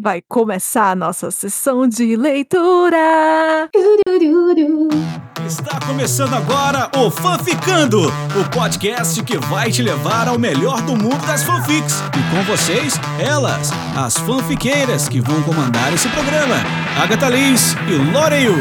Vai começar a nossa sessão de leitura. Está começando agora o Fanficando, o podcast que vai te levar ao melhor do mundo das fanfics. E com vocês, elas, as fanfiqueiras que vão comandar esse programa, Agatha Liz e Loreu.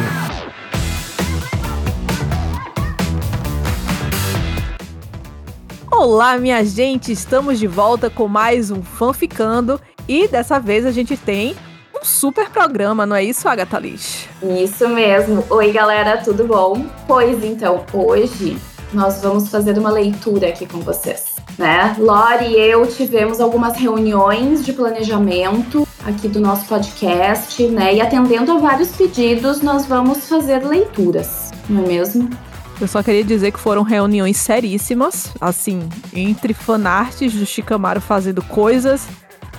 Olá, minha gente, estamos de volta com mais um Fanficando e dessa vez a gente tem um super programa, não é isso, Agatha Liz? Isso mesmo. Oi, galera, tudo bom? Pois então, hoje nós vamos fazer uma leitura aqui com vocês, né? Lori e eu tivemos algumas reuniões de planejamento aqui do nosso podcast, né? E atendendo a vários pedidos, nós vamos fazer leituras, não é mesmo? Eu só queria dizer que foram reuniões seríssimas, assim, entre fanarts do Shikamaru fazendo coisas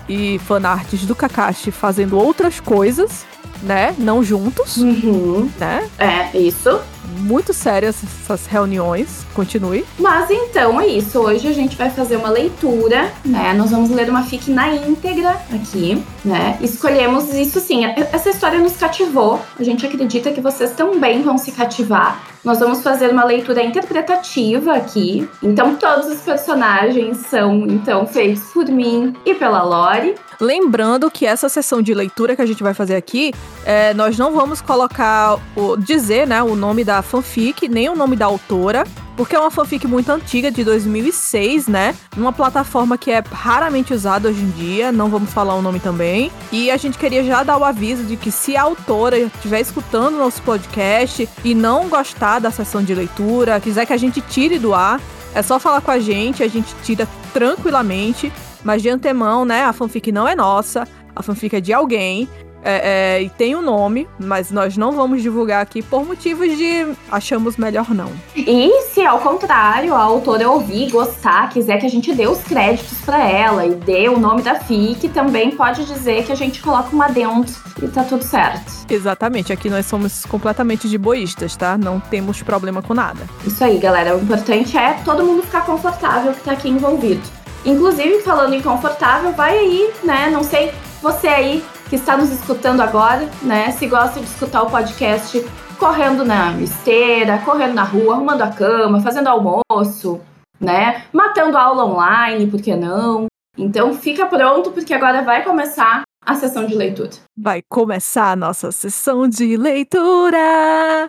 e fanarts do Kakashi fazendo outras coisas, né? Não juntos, Uhum. né? É, isso. Muito sérias essas reuniões. Continue. Mas então é isso. Hoje a gente vai fazer uma leitura, né? Nós vamos ler uma fic na íntegra aqui, né? Escolhemos isso sim. e- Essa história nos cativou. A gente acredita que vocês também vão se cativar. Nós vamos fazer uma leitura interpretativa aqui. Então todos os personagens são então feitos por mim e pela Lore. Lembrando que essa sessão de leitura que a gente vai fazer aqui, é, nós não vamos colocar, o, dizer né, o nome da fanfic, nem o nome da autora, porque é uma fanfic muito antiga, de 2006, né? Numa plataforma que é raramente usada hoje em dia, não vamos falar o nome também. E a gente queria já dar o aviso de que se a autora estiver escutando o nosso podcast e não gostar da sessão de leitura, quiser que a gente tire do ar, é só falar com a gente, a gente tira tranquilamente. Mas de antemão, né? A fanfic não é nossa, a fanfic é de alguém. é, é, e tem o nome, mas nós não vamos divulgar aqui por motivos de achamos melhor não. E se ao contrário a autora ouvir, gostar, quiser que a gente dê os créditos pra ela e dê o nome da FIC, também pode dizer que a gente coloca um adendo e tá tudo certo. Exatamente, aqui nós somos completamente de boístas, tá? Não temos problema com nada. Isso aí, galera. O importante é todo mundo ficar confortável que tá aqui envolvido. Inclusive, falando em confortável, vai aí, né? Não sei, você aí que está nos escutando agora, né? Se gosta de escutar o podcast correndo na esteira, correndo na rua, arrumando a cama, fazendo almoço, né? Matando aula online, por que não? Então fica pronto, porque agora vai começar a sessão de leitura. Vai começar a nossa sessão de leitura!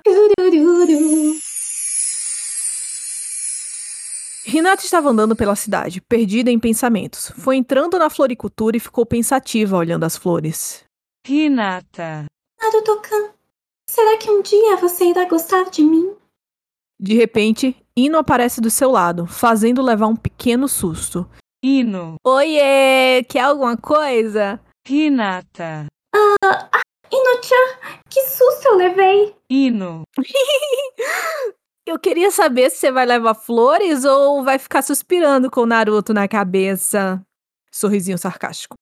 Renata estava andando pela cidade, perdida em pensamentos. Foi entrando na floricultura e ficou pensativa olhando as flores. Renata, Naruto-kan, será que um dia você irá gostar de mim? De repente, Ino aparece do seu lado, fazendo levar um pequeno susto. Ino, Oiê, quer alguma coisa? Renata, Inochan, que susto eu levei! Ino, Eu queria saber se você vai levar flores ou vai ficar suspirando com o Naruto na cabeça. Sorrisinho sarcástico.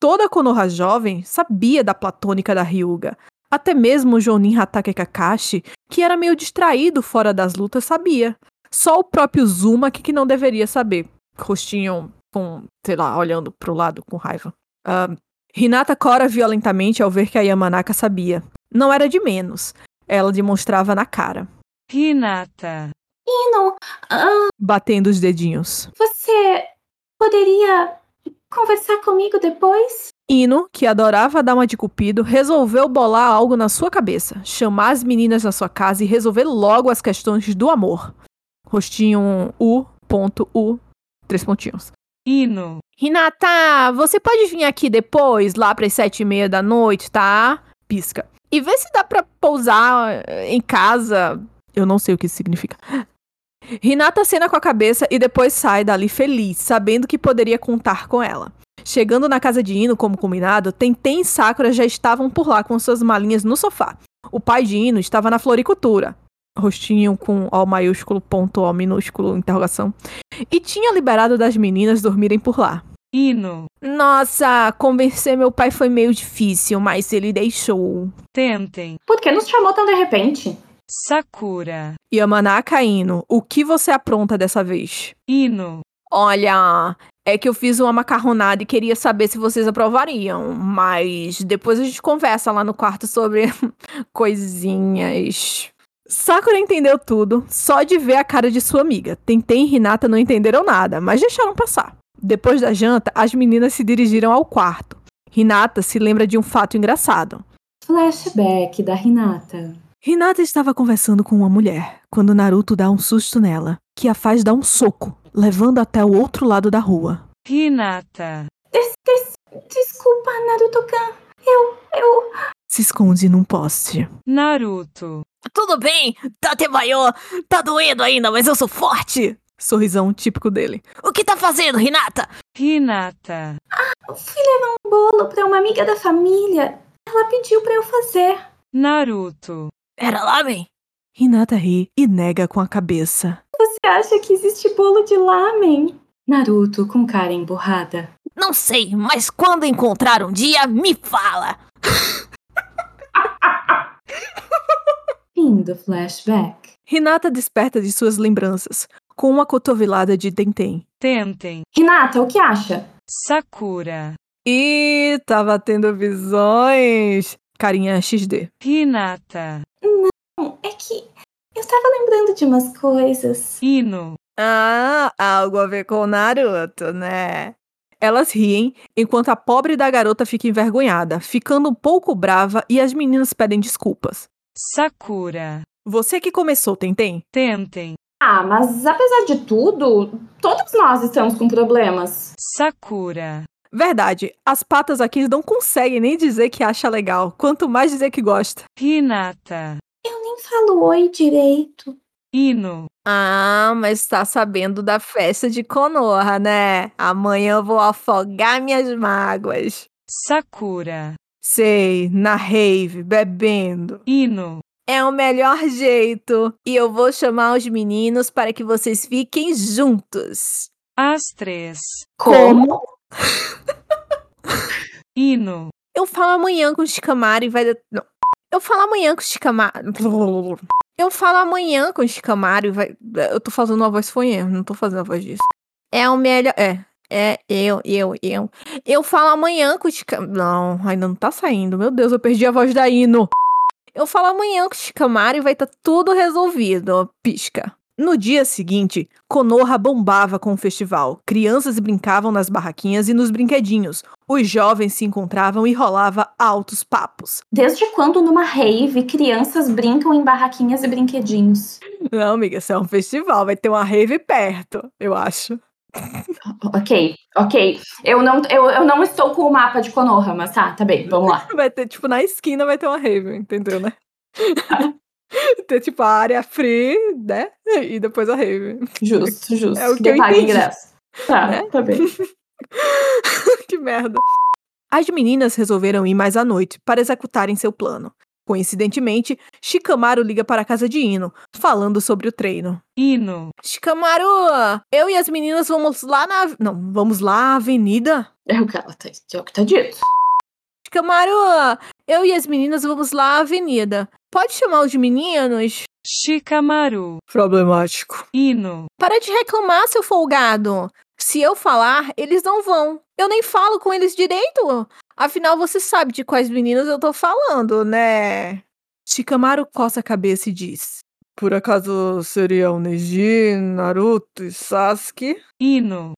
Toda a Konoha jovem sabia da platônica da Ryuga. Até mesmo o Jonin Hatake Kakashi, que era meio distraído fora das lutas, sabia. Só o próprio Zuma que, que não deveria saber. Rostinho com, sei lá, olhando pro lado com raiva. Ah, Hinata cora violentamente ao ver que a Yamanaka sabia. Não era de menos. Ela demonstrava na cara Renata, Ino, batendo os dedinhos. você poderia conversar comigo depois? Ino, que adorava dar uma de cupido, resolveu bolar algo na sua cabeça, chamar as meninas na sua casa e resolver logo as questões do amor. Rostinho um U, ponto U, três pontinhos. Ino, Renata, você pode vir aqui depois, lá pras sete e meia da noite, tá? Pisca. E vê se dá pra pousar eh, em casa. Eu não sei o que isso significa. Renata acena com a cabeça e depois sai dali feliz, sabendo que poderia contar com ela. Chegando na casa de Ino, como combinado, Tenten e Sakura já estavam por lá com suas malinhas no sofá. O pai de Ino estava na floricultura. Rostinho com O maiúsculo, ponto O minúsculo, interrogação. E tinha liberado das meninas dormirem por lá. Ino, Nossa, convencer meu pai foi meio difícil, mas ele deixou. tentem, Por que nos chamou tão de repente? Sakura, Yamanaka Ino, o que você apronta dessa vez? Ino, Olha, é que eu fiz uma macarronada e queria saber se vocês aprovariam. Mas depois a gente conversa lá no quarto sobre coisinhas. Sakura entendeu tudo, só de ver a cara de sua amiga. Tentei e Renata não entenderam nada, mas deixaram passar. Depois da janta, as meninas se dirigiram ao quarto. Renata se lembra de um fato engraçado. Flashback da Renata. Hinata estava conversando com uma mulher quando Naruto dá um susto nela, que a faz dar um soco, levando até o outro lado da rua. Hinata. Desculpa, Naruto-kan. Eu, eu... Se esconde num poste. Naruto. Tudo bem, Tatemayo, tá doendo ainda, mas eu sou forte! Sorrisão típico dele. O que tá fazendo, Hinata? Hinata. Fui levar um bolo pra uma amiga da família. Ela pediu pra eu fazer. Naruto. Era lamen? Hinata ri e nega com a cabeça. Você acha que existe bolo de lamen? Naruto com cara emburrada. Não sei, mas quando encontrar um dia, me fala! Fim do flashback. Hinata desperta de suas lembranças, com uma cotovelada de Tenten. Tentem. Renata, o que acha? Sakura. E tava tendo visões. Carinha XD. Hinata. Bom, é que eu tava lembrando de umas coisas. Ino. Ah, algo a ver com o Naruto, né? Elas riem, enquanto a pobre da garota fica envergonhada, ficando um pouco brava e as meninas pedem desculpas. Sakura. Você que começou, Tentem? Tentem. Ah, mas apesar de tudo, todos nós estamos com problemas. Sakura. Verdade, as patas aqui não conseguem nem dizer que acha legal, quanto mais dizer que gosta. Hinata. Eu nem falo oi direito. Ino. Ah, mas tá sabendo da festa de Konoha, né? Amanhã eu vou afogar minhas mágoas. Sakura. Sei, na rave, bebendo. Ino. É o melhor jeito. E eu vou chamar os meninos para que vocês fiquem juntos. As três. Como? Ino. Eu falo amanhã com o Shikamaru e vai dar. Não. Eu falo amanhã com o Shikamaru. Eu falo amanhã com o Shikamaru e vai. Eu tô fazendo uma voz fonhenta, não tô fazendo a voz disso. É o melhor. É. É, eu, eu, eu. Eu falo amanhã com o Shikamaru. Não, ainda não tá saindo. Meu Deus, eu perdi a voz da Ino. Eu falo amanhã com o Shikamaru e vai tá tudo resolvido. Pisca. No dia seguinte, Konoha bombava com o festival. Crianças brincavam nas barraquinhas e nos brinquedinhos. Os jovens se encontravam e rolava altos papos. Desde quando numa rave crianças brincam em barraquinhas e brinquedinhos? Não, amiga, isso é um festival, vai ter uma rave perto, eu acho. Ok, ok. Eu não, eu, eu não estou com o mapa de Konoha, mas tá, tá bem, vamos lá. Vai ter, tipo, na esquina vai ter uma rave, entendeu, né? ter, tipo, a área free, né? E depois a rave. Justo, justo. É o que eu Paga entendi. ingresso. Tá, Né? tá bem. que merda. As meninas resolveram ir mais à noite para executarem seu plano. Coincidentemente, Shikamaru liga para a casa de Ino, falando sobre o treino. Ino. Shikamaru, eu e as meninas vamos lá na. Não, vamos lá à avenida? É o que ela tá, é o que tá dito. Shikamaru, eu e as meninas vamos lá à avenida. Pode chamar os meninos? Shikamaru. Problemático. Ino. Para de reclamar, seu folgado. Se eu falar, eles não vão. Eu nem falo com eles direito. Afinal, você sabe de quais meninas eu tô falando, né? Shikamaru coça a cabeça e diz: Por acaso seriam Neji, Naruto e Sasuke? Ino.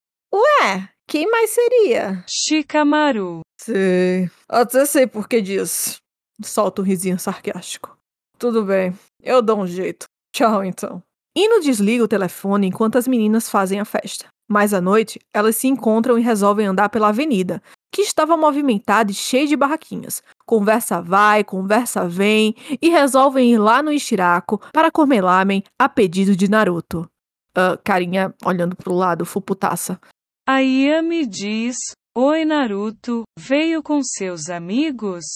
É, quem mais seria? Shikamaru. Sei. Ah, Até sei por que diz. Solta um risinho sarcástico. Tudo bem, eu dou um jeito. Tchau, então. Ino desliga o telefone enquanto as meninas fazem a festa. Mas à noite, elas se encontram e resolvem andar pela avenida, que estava movimentada e cheia de barraquinhas. Conversa vai, conversa vem, e resolvem ir lá no Ishirako para comer lamen a pedido de Naruto. Ah, carinha olhando pro lado, fuputaça. Ayami diz: Oi, Naruto. Veio com seus amigos?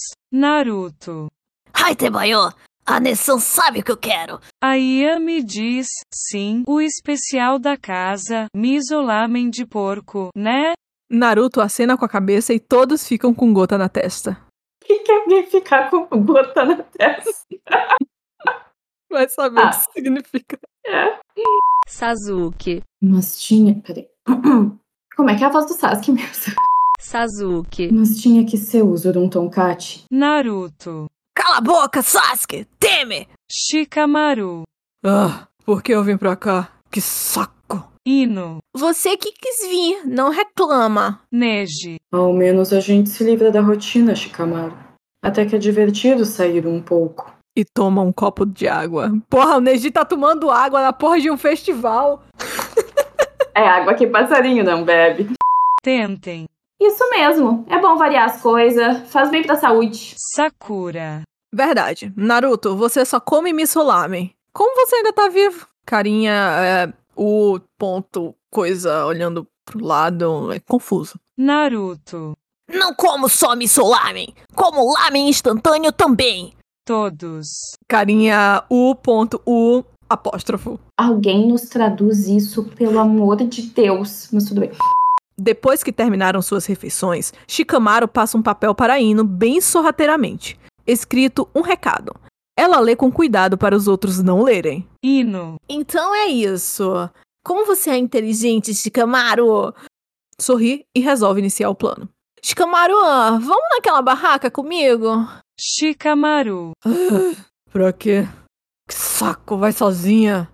Naruto. Raitebayo, a Nessan sabe o que eu quero. Ayami diz: Sim, o especial da casa, misolamen de porco, né? Naruto acena com a cabeça e todos ficam com gota na testa. Quem quer me ficar com gota na testa? Vai saber o Ah. que significa. Sazuki. Mas tinha. Peraí. Como é que é a voz do Sasuke mesmo? Sasuke. Mas tinha que ser o uso de um Tonkate. Naruto. Cala a boca, Sasuke! Teme! Shikamaru. Ah, por que eu vim pra cá? Que saco! Ino. Você que quis vir, não reclama. Neji. Ao menos a gente se livra da rotina, Shikamaru. Até que é divertido sair um pouco. E toma um copo de água. Porra, o Neji tá tomando água na porra de um festival. É água que passarinho não bebe. Tentem. Isso mesmo. É bom variar as coisas. Faz bem pra saúde. Sakura. Verdade. Naruto, você só come miso lamen. Como você ainda tá vivo? Carinha, é, o ponto, coisa, olhando pro lado, é confuso. Naruto. Não como só miso lamen, como lamen instantâneo também. Todos. Carinha, o ponto, o apóstrofo. Alguém nos traduz isso, pelo amor de Deus. Mas tudo bem. Depois que terminaram suas refeições, Shikamaru passa um papel para Ino bem sorrateiramente, escrito um recado. Ela lê com cuidado para os outros não lerem. Ino. Então é isso. Como você é inteligente, Shikamaru? Sorri e resolve iniciar o plano. Shikamaru, ah, vamos naquela barraca comigo? Shikamaru. Pra quê? Que saco, vai sozinha.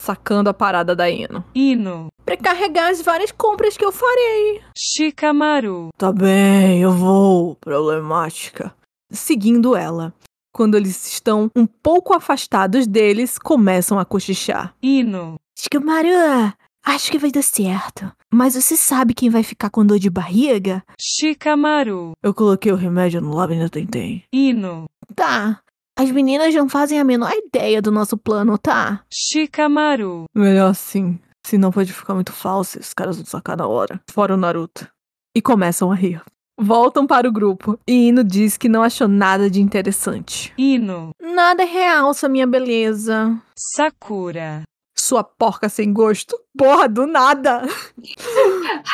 Sacando a parada da Ino. Ino. Pra carregar as várias compras que eu farei. Shikamaru. Tá bem, eu vou, problemática. Seguindo ela. Quando eles estão um pouco afastados deles, começam a cochichar. Ino. Shikamaru, acho que vai dar certo. Mas você sabe quem vai ficar com dor de barriga? Shikamaru. Eu coloquei o remédio no lábio e ainda tentei. Ino. Tá. As meninas não fazem a menor ideia do nosso plano, tá? Shikamaru. Melhor assim. Senão pode ficar muito falso e os caras vão sacar na hora. Fora o Naruto. E começam a rir. Voltam para o grupo e Ino diz que não achou nada de interessante. Ino. Nada realça minha beleza. Sakura. Sua porca sem gosto. Porra, do nada!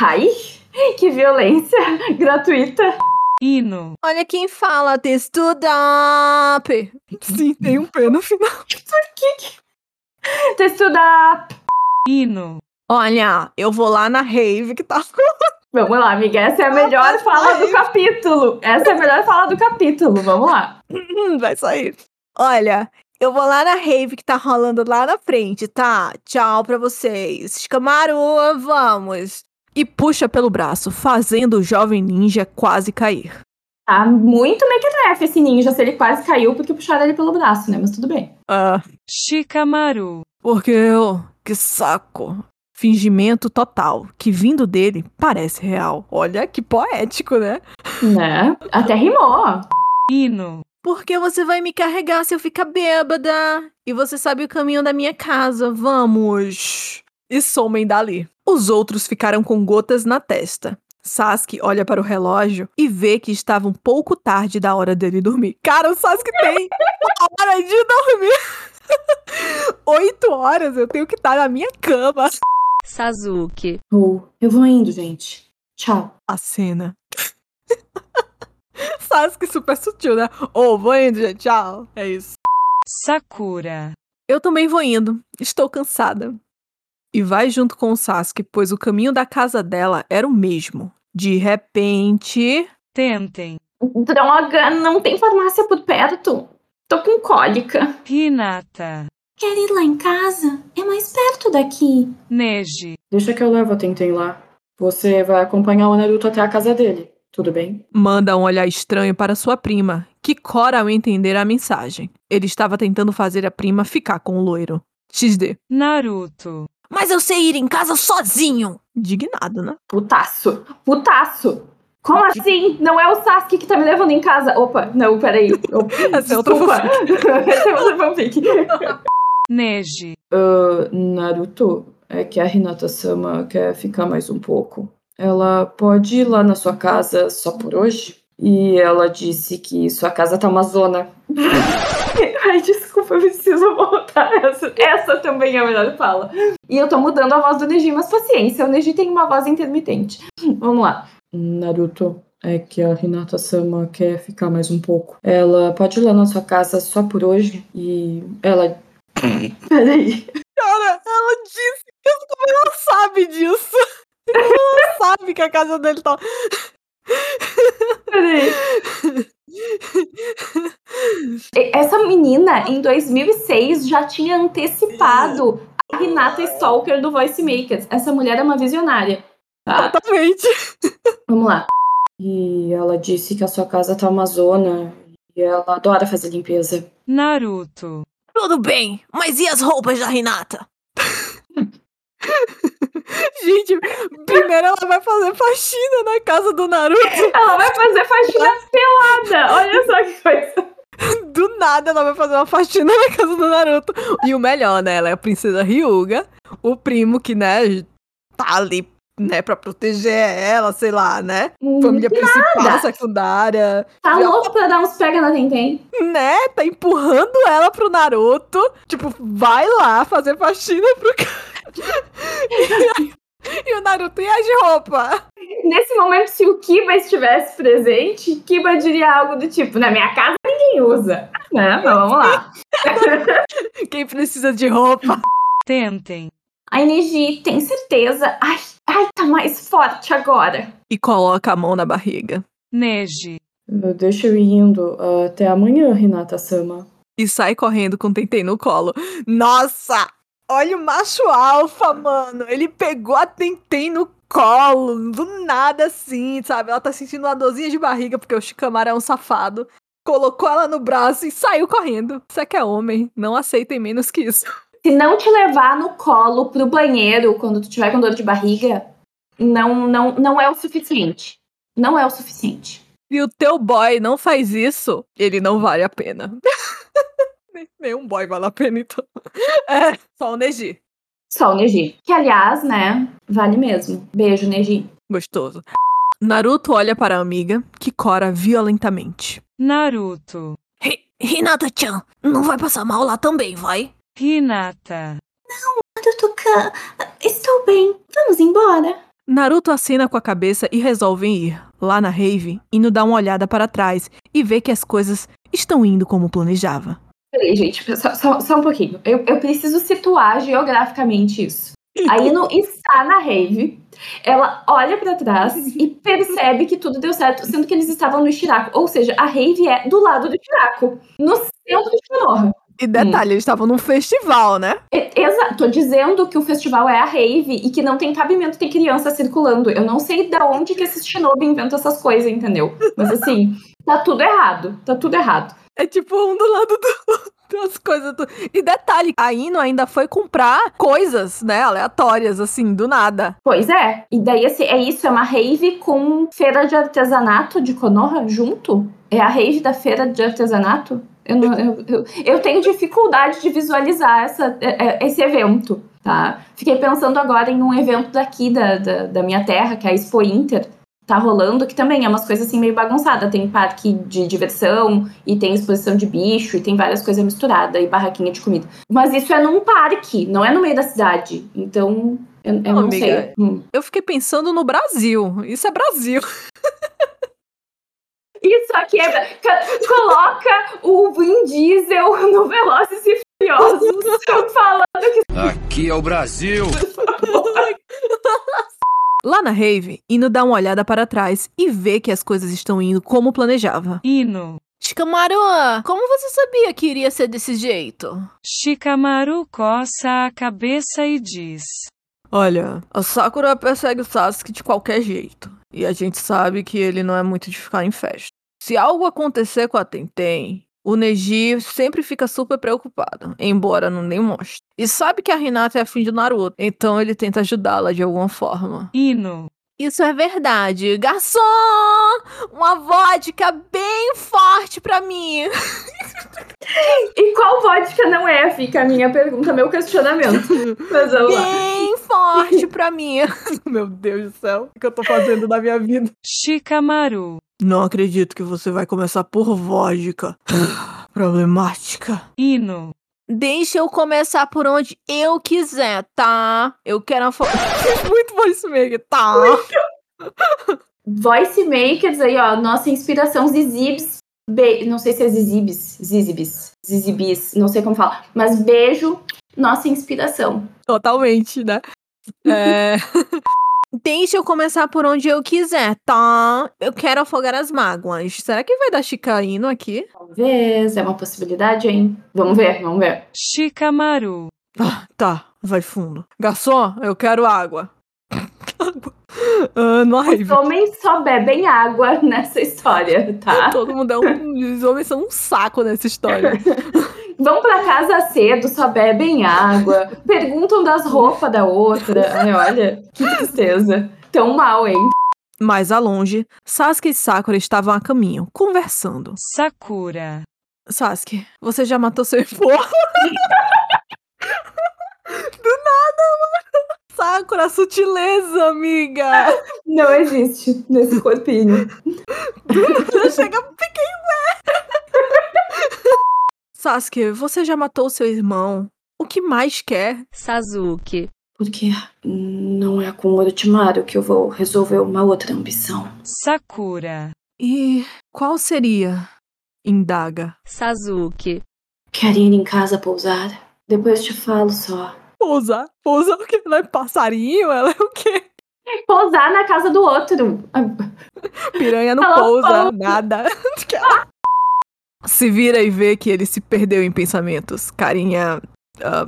Ai, que violência gratuita. Ino. Olha quem fala, testuda up. Sim, tem um P no final. Testuda. Ino. Olha, eu vou lá na rave que tá Vamos lá, amiga. Essa é a melhor fala do capítulo. Essa é a melhor fala do capítulo. Vamos lá. Hum, vai sair. Olha, eu vou lá na rave que tá rolando lá na frente, tá? Tchau pra vocês. Camaru, vamos. E puxa pelo braço, fazendo o jovem ninja quase cair. Tá muito mequetrefe esse ninja, se ele quase caiu porque puxaram ele pelo braço, né? Mas tudo bem. Ah, Shikamaru. porque eu. Que saco. Fingimento total, que vindo dele parece real. Olha que poético, né? Né? Até rimou. Ino. Porque você vai me carregar se eu ficar bêbada. E você sabe o caminho da minha casa, vamos. e somem dali. Os outros ficaram com gotas na testa. Sasuke olha para o relógio e vê que estava um pouco tarde da hora dele dormir. Cara, o Sasuke tem uma hora de dormir. Oito horas eu tenho que estar na minha cama. Sasuke. Ou eu vou indo, gente. Tchau. A cena. Sasuke super sutil, né? Ô, vou indo, gente. Tchau. É isso. Sakura. Eu também vou indo. Estou cansada. E vai junto com o Sasuke, pois o caminho da casa dela era o mesmo. De repente. Tentem. Droga, não tem farmácia por perto. Tô com cólica. Hinata. Quer ir lá em casa? É mais perto daqui. Neji. Deixa que eu levo a Tenten lá. Você vai acompanhar o Naruto até a casa dele. Tudo bem? Manda um olhar estranho para sua prima, que cora ao entender a mensagem. Ele estava tentando fazer a prima ficar com o loiro. XD. Naruto. Mas eu sei ir em casa sozinho. Indignado, né? Putaço. Putaço. Como assim? Não é o Sasuke que tá me levando em casa. Opa, não, peraí. Opa, Essa é outra desculpa. Essa é outra fanfic. Neji. Naruto, é que a Hinata-sama quer ficar mais um pouco. Ela pode ir lá na sua casa só por hoje? E ela disse que sua casa tá uma zona. Ai, desculpa, eu preciso voltar. Essa, essa também é a melhor fala. E eu tô mudando a voz do Neji, mas paciência, o Neji tem uma voz intermitente. Vamos lá. Naruto, é que a Hinata-sama quer ficar mais um pouco. Ela pode ir lá na sua casa só por hoje? E ela. Peraí. Cara, ela disse isso como ela sabe disso. sabe que a casa dele tá. Peraí. É, Essa menina, em 2006, já tinha antecipado a Renata Stalker do Voice Makers. Essa mulher é uma visionária. Tá? Totalmente. Vamos lá. E ela disse que a sua casa tá uma zona e ela adora fazer limpeza. Naruto. Tudo bem, mas e as roupas da Renata? Gente, primeiro ela vai fazer faxina na casa do Naruto. Ela vai fazer faxina pelada. Olha só que coisa. Do nada ela vai fazer uma faxina na casa do Naruto. E o melhor, né? Ela é a princesa Ryuga. O primo que, né, tá ali, né, pra proteger ela, sei lá, né? Família principal, nada. secundária. Tá louco pra dar uns pega na Tentem? Né? Tá empurrando ela pro Naruto. Tipo, vai lá fazer faxina pro cara. E, o Naruto e as roupas. Nesse momento, se o Kiba estivesse presente, Kiba diria algo do tipo: Na minha casa ninguém usa. Né? Mas vamos lá. Quem precisa de roupa? Tentem. A Niji tem certeza. Ai, ai, tá mais forte agora. E coloca a mão na barriga. Neji. Uh, Deixa eu ir indo. Uh, Até amanhã, Renata Sama. e sai correndo com o Tentei no colo. Nossa! Olha o macho alfa, mano. Ele pegou a Tentei no colo, do nada assim, sabe? Ela tá sentindo uma dorzinha de barriga porque o Shikamaru é um safado. Colocou ela no braço e saiu correndo. Isso é que é homem, não aceitem menos que isso. Se não te levar no colo pro banheiro quando tu tiver com dor de barriga, não, não, não é o suficiente. Não é o suficiente. E o teu boy não faz isso, ele não vale a pena. Nem- Nenhum boy vale a pena, então. É, só o Neji. Só o Neji. Que, aliás, né, vale mesmo. Beijo, Neji. Gostoso. Naruto olha para a amiga, que cora violentamente. Naruto. Re- Renata-chan, não vai passar mal lá também, vai? Hinata. Tutuka, estou bem. Vamos embora. Naruto acena com a cabeça e resolvem ir, lá na rave, indo dar uma olhada para trás e ver que as coisas estão indo como planejava. Peraí, gente, só, só- só um pouquinho. Eu, eu preciso situar geograficamente isso. A Ino está na rave, ela olha pra trás e percebe que tudo deu certo, sendo que eles estavam no Shiraku. Ou seja, a rave é do lado do Shiraku, no centro de Konoha. E detalhe, Hum. eles estavam num festival, né? E- Exato, tô dizendo que o festival é a rave e que não tem cabimento ter criança circulando. Eu não sei de onde que esses shinobi inventam essas coisas, entendeu? Mas assim, tá tudo errado, tá tudo errado. É tipo um do lado do, das coisas. do- E detalhe, a Ino ainda foi comprar coisas, né, aleatórias, assim, do nada. Pois é, e daí assim, é isso, é uma rave com feira de artesanato de Konoha junto? É a rave da feira de artesanato? Eu, não- eu- eu- eu tenho dificuldade de visualizar essa- é- é- esse evento, tá? Fiquei pensando agora em um evento daqui da, da, da minha terra, que é a Expo Inter, tá rolando, que também é umas coisas assim meio bagunçada. Tem parque de diversão, e tem exposição de bicho, e tem várias coisas misturadas, e barraquinha de comida. Mas isso é num parque, não é no meio da cidade. Então, eu, eu Não, não amiga, sei. Hum. Eu fiquei pensando no Brasil. Isso é Brasil. Isso aqui é. co- Coloca o Vin Diesel no Velozes e Furiosos falando. Aqui é o Brasil. Lá na rave, Ino dá uma olhada para trás e vê que as coisas estão indo como planejava. Ino. Shikamaru, como você sabia que iria ser desse jeito? Shikamaru coça a cabeça e diz. Olha, a Sakura persegue o Sasuke de qualquer jeito. E a gente sabe que ele não é muito de ficar em festa. Se algo acontecer com a Tenten, o Neji sempre fica super preocupado, embora não nem mostre. E sabe que a Hinata é afim de Naruto, então ele tenta ajudá-la de alguma forma. Ino. Isso é verdade. Garçom! Uma vodka bem forte pra mim! E qual vodka não é? Fica a minha pergunta, meu questionamento. Mas vamos lá. Bem forte pra mim! Meu Deus do céu, o que eu tô fazendo na minha vida? Shikamaru. Não acredito que você vai começar por vodka. Problemática. Ino. Deixa eu começar por onde eu quiser, tá? Eu quero a fo... Muito bom isso, Meg. Tá. Voice Makers aí, ó. Nossa inspiração, Zizibs. Be... Não sei se é Zizibs. Zizibis. Zizibis. Não sei como fala. Mas beijo, nossa inspiração. Totalmente, né? É... Deixa eu começar por onde eu quiser, tá? Eu quero afogar as mágoas. Será que vai dar chicaíno aqui? Talvez, é uma possibilidade, hein? Vamos ver, vamos ver. Shikamaru. Ah, tá, vai fundo. Garçom, eu quero água. Água. Ah, não Os homens só bebem água nessa história, tá? Todo mundo é um. Os homens são um saco nessa história. Vão pra casa cedo, só bebem água, perguntam das roupas da outra. Ai, olha, que tristeza. Tão mal, hein? Mais a longe, Sasuke e Sakura estavam a caminho, conversando. Sakura. Sasuke, você já matou seu irmão? Do nada, mano. Sakura, sutileza, amiga. Não existe nesse corpinho. Chega, fiquei ué. Sasuke, você já matou seu irmão. O que mais quer? Sazuki, Porque não é com o Orochimaru que eu vou resolver uma outra ambição. Sakura. E qual seria? Indaga. Sazuki, Quer ir em casa pousar? Depois te falo só. Pousar? Pousar o quê? Ela é passarinho? Ela é o quê? Pousar na casa do outro. Piranha não Ela pousa, nada. se vira e vê que ele se perdeu em pensamentos. Carinha. ah,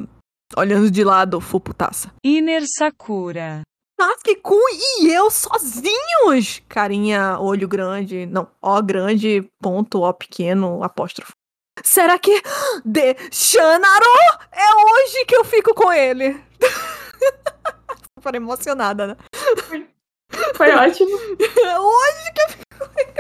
olhando de lado, fuputaça. Iner Sakura. Sasuke, Kun e eu sozinhos! Carinha, olho grande, não, ó grande, ponto, ó pequeno, apóstrofo. Será que de Shanaro é hoje que eu fico com ele? Super emocionada, né? Foi ótimo. É hoje que eu fico com ele.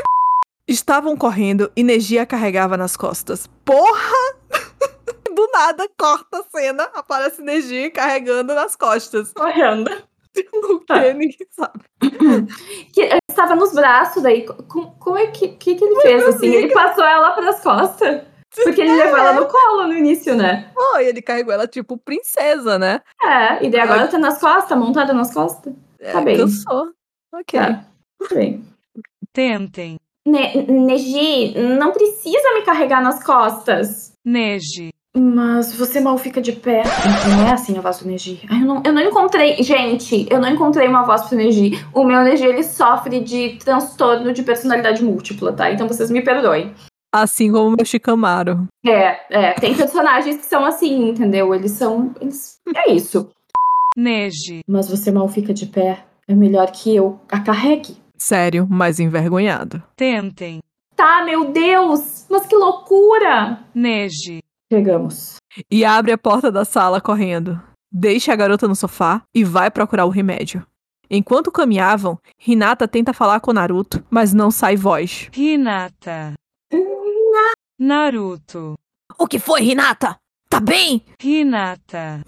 Estavam correndo e Negia carregava nas costas. Porra! Do nada, corta a cena, aparece Negia carregando nas costas. Correndo. O que ninguém sabe. Que, eu estava nos braços, daí. co- com- Como é que, que, que ele fez assim? Ele passou ela pras costas. Porque ele levou ela no colo no início, né? Pô, e ele carregou ela tipo princesa, né? É, e daí agora tá nas costas, montada nas costas. Tá bem. É, Cansou. Ok. Tá. Tá bem. Tentem. Ne Neji, não precisa me carregar nas costas. Neji. Mas você mal fica de pé. Não é assim a voz do Neji. Ai, eu, não, eu não encontrei. Gente, eu não encontrei uma voz pro Neji. O meu Neji, ele sofre de transtorno de personalidade múltipla, tá? Então vocês me perdoem. Assim como o meu Shikamaru. É, é. Tem personagens que são assim, entendeu? Eles são. Eles... É isso. Neji. Mas você mal fica de pé. É melhor que eu a carregue. Sério, mas envergonhado. Tentem. Tá, meu Deus! Mas que loucura! Neji. Chegamos. E abre a porta da sala correndo. Deixa a garota no sofá e vai procurar o remédio. Enquanto caminhavam, Hinata tenta falar com Naruto, mas não sai voz. Hinata. Naruto. O que foi, Hinata? Tá bem? Hinata.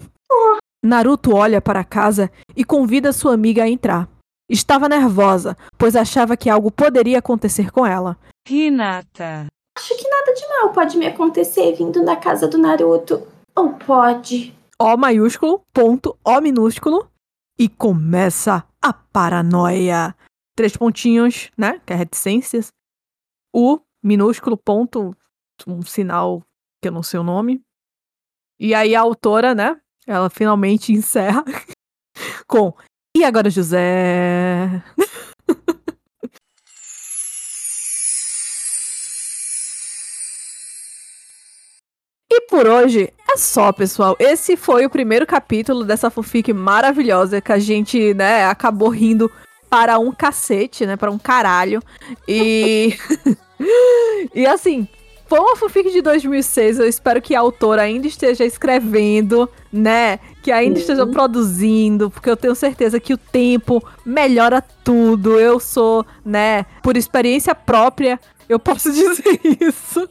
Naruto olha para a casa e convida sua amiga a entrar. Estava nervosa, pois achava que algo poderia acontecer com ela. Hinata. Acho que nada de mal pode me acontecer vindo da casa do Naruto. Ou pode. O maiúsculo, ponto, O minúsculo. E começa a paranoia. Três pontinhos, né? Que é reticências. U minúsculo, ponto, um sinal que eu não sei o nome. E aí a autora, né? Ela finalmente encerra com E agora, José? E por hoje é só, pessoal. Esse foi o primeiro capítulo dessa fanfic maravilhosa que a gente, né, acabou rindo para um cacete, né, para um caralho. E E assim, foi uma fanfic de 2006, eu espero que a autora ainda esteja escrevendo, né, que ainda esteja produzindo, porque eu tenho certeza que o tempo melhora tudo. Eu sou, né, por experiência própria, eu posso dizer isso.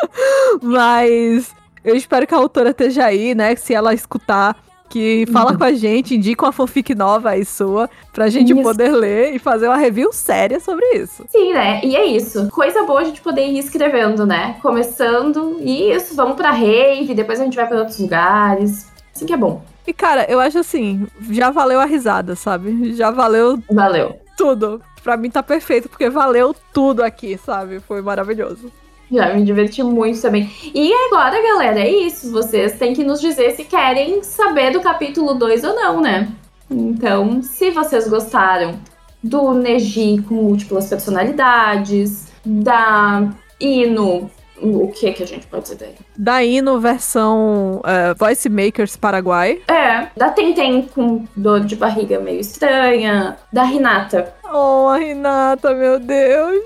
Mas eu espero que a autora esteja aí, né? Se ela escutar, que fala com a gente, indica uma fanfic nova aí sua, pra gente Isso. poder ler e fazer uma review séria sobre isso. Sim, né? E é isso. Coisa boa a gente poder ir escrevendo, né? Começando. E isso, vamos pra rave, depois a gente vai pra outros lugares. Assim que é bom. E cara, eu acho assim, já valeu a risada, sabe? Já valeu Valeu. tudo. Pra mim tá perfeito, porque valeu tudo aqui, sabe? Foi maravilhoso. Já me diverti muito também. E agora, galera, é isso. Vocês têm que nos dizer se querem saber do capítulo 2 ou não, né? Então, se vocês gostaram do Neji com múltiplas personalidades, da Ino, o que que a gente pode dizer daí? Da Ino versão eh, Voice Makers Paraguai. É, da Tenten com dor de barriga meio estranha, da Renata. Oh, a Renata, meu Deus.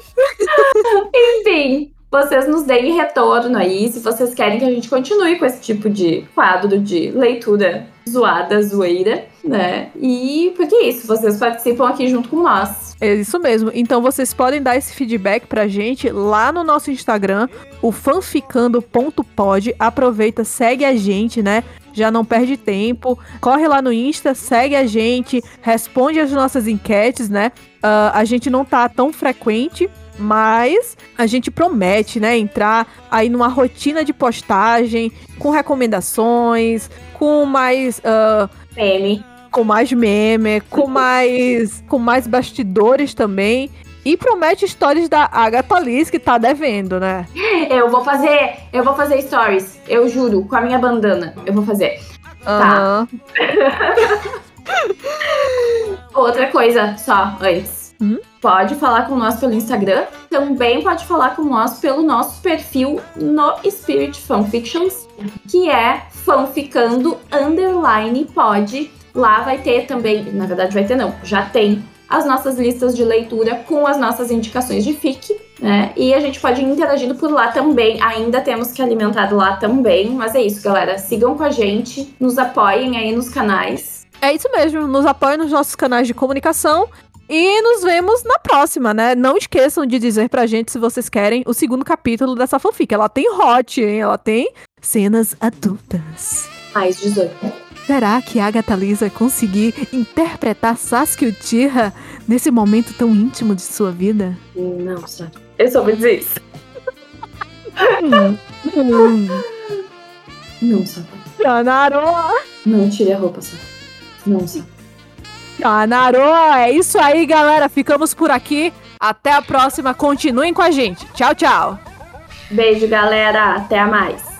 Enfim, vocês nos deem retorno aí se vocês querem que a gente continue com esse tipo de quadro de leitura zoada, zoeira, né? E porque é isso, vocês participam aqui junto com nós. É isso mesmo. Então vocês podem dar esse feedback pra gente lá no nosso Instagram, o fanficando.pod. Aproveita, segue a gente, né? Já não perde tempo. Corre lá no Insta, segue a gente, responde as nossas enquetes, né? Ah, a gente não tá tão frequente, mas a gente promete, né? Entrar aí numa rotina de postagem, com recomendações, com mais. ah, PM. com mais meme, com mais com mais bastidores também e promete histórias da Agatha Liz que tá devendo, né? É, Eu vou fazer, eu vou fazer stories, eu juro, com a minha bandana, eu vou fazer. Aham. Outra coisa só antes. Hum? Pode falar com nós pelo Instagram, também pode falar com nós pelo nosso perfil no Spirit Fanfictions, que é fanficando underline pod. Lá vai ter também, na verdade vai ter não, já tem as nossas listas de leitura com as nossas indicações de fic, né? E a gente pode ir interagindo por lá também. Ainda temos que alimentar lá também, mas é isso, galera. Sigam com a gente, nos apoiem aí nos canais. É isso mesmo, nos apoiem nos nossos canais de comunicação e nos vemos na próxima, né? Não esqueçam de dizer pra gente se vocês querem o segundo capítulo dessa fanfic. Ela tem hot, hein? Ela tem cenas adultas. Mais 18. Será que Agatha Liz vai conseguir interpretar Sasuke Uchiha nesse momento tão íntimo de sua vida? Não, sabe. Eu só vou dizer isso. Hum. Não, sabe. Canaro! Não tire a roupa, sabe. Não, sabe. Canaro! É isso aí, galera. Ficamos por aqui. Até a próxima. Continuem com a gente. Tchau, tchau. Beijo, galera. Até a mais.